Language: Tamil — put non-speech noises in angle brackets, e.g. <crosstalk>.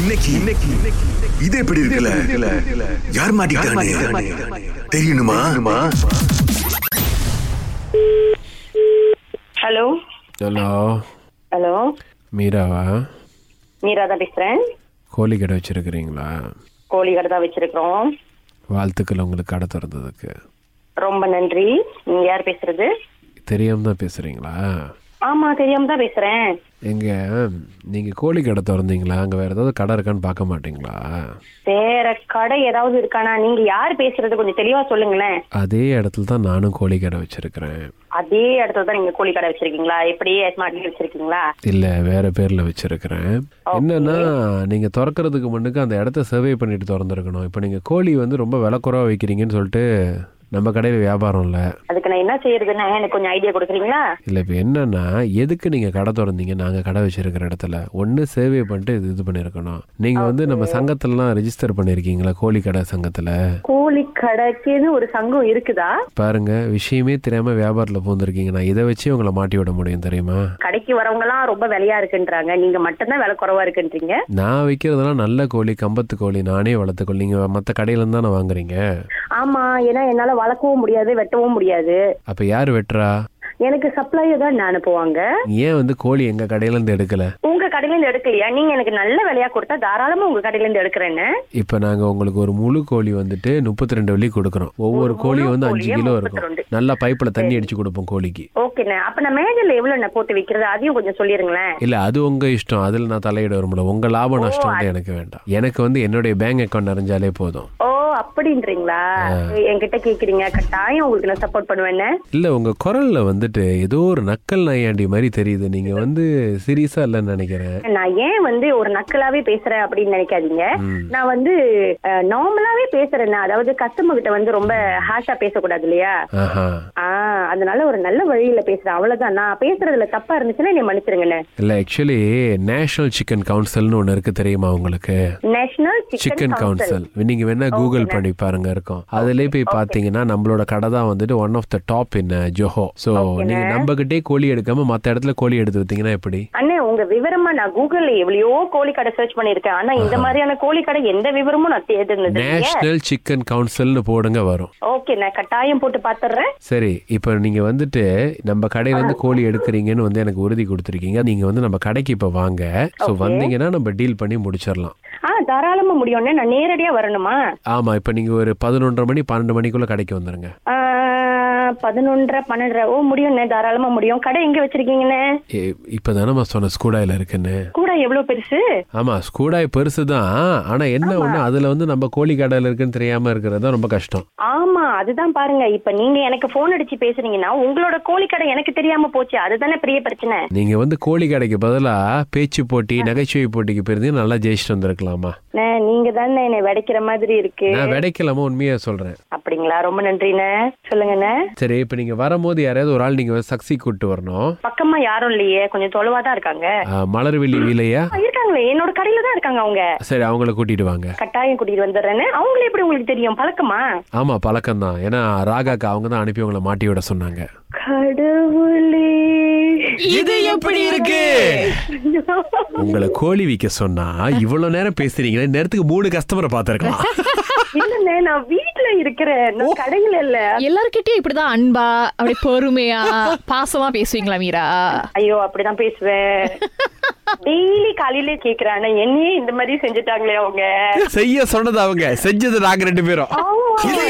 இன்னைக்கு இன்னைக்கு இது எப்படி இருக்குல்ல யார் மாட்டிக்கிட்டானே தெரியணுமா ஹலோ ஹலோ ஹலோ மீராவா மீரா தான் பேசுறேன் கோழி கடை வச்சுருக்கிறீங்களா கோழி கடை தான் வச்சிருக்கிறோம் வாழ்த்துக்கள் உங்களுக்கு கடை திறந்ததுக்கு ரொம்ப நன்றி நீங்க யார் பேசுறது தெரியாம தான் பேசுகிறீங்களா ஆமா தெரியாம தான் பேசுறேன் எங்கே நீங்கள் கோழி கடை திறந்தீங்களா அங்கே வேறு ஏதாவது கடை இருக்கான்னு பார்க்க மாட்டீங்களா வேற கடை ஏதாவது இருக்கானா நீங்க யார் பேசுறது கொஞ்சம் தெளிவா சொல்லுங்களேன் அதே இடத்துல தான் நானும் கோழி கடை வச்சுருக்கிறேன் அதே இடத்துல தான் நீங்க கோழி கடை வச்சிருக்கீங்களா எப்படி ஸ்மார்ட் வச்சிருக்கீங்களா இல்லை வேறு பேரில் வச்சுருக்கிறேன் என்னன்னா நீங்கள் திறக்கிறதுக்கு முன்னுக்கு அந்த இடத்த சர்வே பண்ணிட்டு திறந்துருக்கணும் இப்போ நீங்கள் கோழி வந்து ரொம்ப விலை குறைவா வைக்கிறீங்கன்னு சொல்லிட்டு நம்ம கடையில் வியாபாரம் இல்லை அதுக்கு நான் என்ன செய்யறதுன்னு எனக்கு கொஞ்சம் ஐடியா கொடுக்குறீங்களா இல்லை இப்போ என்னன்னா எதுக்கு நீங்கள் கடை திறந்தீங்க நாங்கள் கடை வச்சிருக்கிற இடத்துல ஒன்று சேவை பண்ணிட்டு இது இது பண்ணியிருக்கணும் நீங்கள் வந்து நம்ம சங்கத்திலலாம் ரெஜிஸ்டர் பண்ணியிருக்கீங்களா கோழி கடை சங்கத்தில் கோழி கடைக்குன்னு ஒரு சங்கம் இருக்குதா பாருங்க விஷயமே தெரியாம வியாபாரத்தில் பூந்துருக்கீங்க நான் இதை வச்சு உங்களை மாட்டி விட முடியும் தெரியுமா கடைக்கு வரவங்க எல்லாம் ரொம்ப விலையா இருக்குன்றாங்க நீங்க மட்டும்தான் விலை குறைவா இருக்குன்றீங்க நான் விற்கிறதெல்லாம் நல்ல கோழி கம்பத்து கோழி நானே வளர்த்த கோழி நீங்கள் மற்ற கடையிலேருந்து தானே வாங்குறீங்க ஆமா ஏன்னா என்னால வளர்க்கவும் முடியாது வெட்டவும் முடியாது அப்போ யார் வெட்டுறா எனக்கு சப்ளையர் தான் நான் அனுப்புவாங்க ஏன் வந்து கோழி எங்கள் கடையிலேருந்து எடுக்கலை உங்க கடையில இருந்து எடுக்கலையா நீங்க எனக்கு நல்ல விலையா கொடுத்தா தாராளமா உங்க கடையில இருந்து எடுக்கிறேன்னு இப்போ நாங்கள் உங்களுக்கு ஒரு முழு கோழி வந்துட்டு முப்பத்தி ரெண்டு வெள்ளி கொடுக்குறோம் ஒவ்வொரு கோழியும் வந்து அஞ்சு கோழியே கிலோ 32. இருக்கும் நல்லா பைப்பில் தண்ணி அடிச்சு கொடுப்போம் கோழிக்கு ஓகேண்ணே அப்ப நான் மேஜர்ல எவ்வளவு நான் போட்டு விக்கிறது அதையும் கொஞ்சம் சொல்லிருங்களேன் இல்ல அது உங்க இஷ்டம் அதுல நான் தலையிட வரும்ல உங்க லாப நஷ்டம் வந்து எனக்கு வேண்டாம் எனக்கு வந்து என்னுடைய பேங்க் அக்கௌண்ட் நிறைஞ்சாலே போதும் ஓ அப்படின்றீங்களா என்கிட்ட கேக்குறீங்க கட்டாயம் உங்களுக்கு நான் சப்போர்ட் பண்ணுவேன்னு இல்ல உங்க குரல்ல வந்துட்டு ஏதோ ஒரு நக்கல் நையாண்டி மாதிரி தெரியுது நீங்க வந்து சீரியஸா இல்லைன்னு நினைக்கிறேன் நான் ஏன் வந்து ஒரு நக்கலாவே பேசுறேன் அப்படின்னு நினைக்காதீங்க நான் வந்து நார்மலாவே பேசுறேன்னா அதாவது கஸ்டமர் கிட்ட வந்து ரொம்ப ஹாஷா பேசக்கூடாது இல்லையா ஆஹா ஆஹ் அதனால ஒரு நல்ல வழியில பேசுறேன் அவ்வளவுதான் நான் பேசுறதுல தப்பா இருந்துச்சுன்னா நீ மன்னிச்சிருங்கண்ணே இல்ல ஆக்சுவலி நேஷனல் சிக்கன் கவுன்சில்னு ஒன்னு இருக்கு தெரியுமா உங்களுக்கு national chicken chicken council council நீங்க வேணா கூகுள் பண்ணி பாருங்க இருக்கும் அதுலயே போய் பாத்தீங்கன்னா நம்மளோட கடை தான் வந்துட்டு one of the top in Zoho so நீங்க நம்மகிட்டே கோழி எடுக்காம மத்த இடத்துல கோழி எடுத்துருந்தீங்கன்னா எப்படி அண்ணே உங்க விவரமா நான் கூகுள்ல எவ்வளவோ கோழி கடை சர்ச் பண்ணிருக்கேன் ஆனா இந்த மாதிரியான கோழி கடை எந்த விவரமும் நான் தேடுனது நேஷனல் சிக்கன் கவுன்சில்னு போடுங்க வரும் ஓகே நான் கட்டாயம் போட்டு பாத்துறேன் சரி இப்போ நீங்கள் வந்துட்டு நம்ம கடையிலேருந்து கோழி எடுக்கிறீங்கன்னு வந்து எனக்கு உறுதி கொடுத்துருக்கீங்க நீங்கள் வந்து நம்ம கடைக்கு இப்போ வாங்க ஸோ வந்தீங்கன்னா நம்ம டீல் பண்ணி முடிச்சிடலாம் ஆ தாராளமா முடியும்னே நான் நேரடியா வரணுமா ஆமாம் இப்போ நீங்கள் ஒரு பதினொன்றரை மணி பன்னெண்டு மணிக்குள்ளே கடைக்கு வந்துடுங்க பதினொன்றரை பன்னெண்டரை ஓ முடியும்ண்ணே தாராளமா முடியும் கடை எங்க வச்சிருக்கீங்கண்ணே இப்போ தானே சொன்னேன் ஸ்கூடாயில் இருக்குன்னு கூட எவ்வளவு பெருசு ஆமாம் ஸ்கூடாய் பெருசு தான் ஆனால் என்ன ஒன்று அதில் வந்து நம்ம கோழி கடையில் இருக்குன்னு தெரியாமல் இருக்கிறது தான் ரொம்ப கஷ்டம் ஆமா அதுதான் பாருங்க இப்ப நீங்க எனக்கு போன் அடிச்சு பேசுனீங்கன்னா உங்களோட கோழி கடை எனக்கு தெரியாம போச்சு அதுதானே பெரிய பிரச்சனை நீங்கள் வந்து கோழி கடைக்கு பதிலாக பேச்சு போட்டி நகைச்சுவை போட்டிக்கு போயிருந்தீங்க நல்லா ஜெயிச்சுட்டு வந்திருக்கலாமா அண்ணே, நீங்க தானே என்னை விடைக்கிற மாதிரி இருக்கு நான் விடைக்கலாமா உண்மையாக சொல்கிறேன் அப்படிங்களா ரொம்ப நன்றிண்ணே சொல்லுங்கண்ணே சரி இப்போ நீங்கள் வரும்போது யாரையாவது ஒரு ஆள் நீங்கள் சக்சி கூப்பிட்டு வரணும் பக்கமா யாரும் இல்லையே கொஞ்சம் தொலைவா தான் இருக்காங்க ஆ, மலர்விழி வீலையா ஆ, இருக்காங்களே என்னோட கடையில தான் இருக்காங்க அவங்க சரி அவங்கள கூட்டிட்டு வாங்க கட்டாயம் கூட்டிட்டு வந்துடுறேன்னு அவங்களே எப்படி உங்களுக்கு தெரியும் பழக்கமா ஆமா பழக்கம் தான் ஏன்னா ராகாக்கு அவங்க தான் அனுப்பி உங்களை மாட்டி விட சொன்னாங்க கடவுளே இது எப்படி <laughs> இருக்கு உங்களை கோழி விற்க சொன்னா இவ்வளவு நேரம் பேசுறீங்களே நேரத்துக்கு மூணு கஸ்டமரை பார்த்திருக்கலாம் இல்லண்ணே நான் வீட்ல இருக்கிறேன் நான் கடையில இல்ல எல்லார்கிட்டயும் இப்படிதான் அன்பா அப்படியே பொறுமையா பாசமா பேசுவீங்களா மீரா ஐயோ அப்படிதான் <laughs> பேசுவேன் டெய்லி காலையில கேக்குறானே என்னையே இந்த மாதிரி செஞ்சுட்டாங்களே அவங்க செய்ய சொன்னது அவங்க செஞ்சது நாங்க ரெண்டு பேரும் ஆமா. இது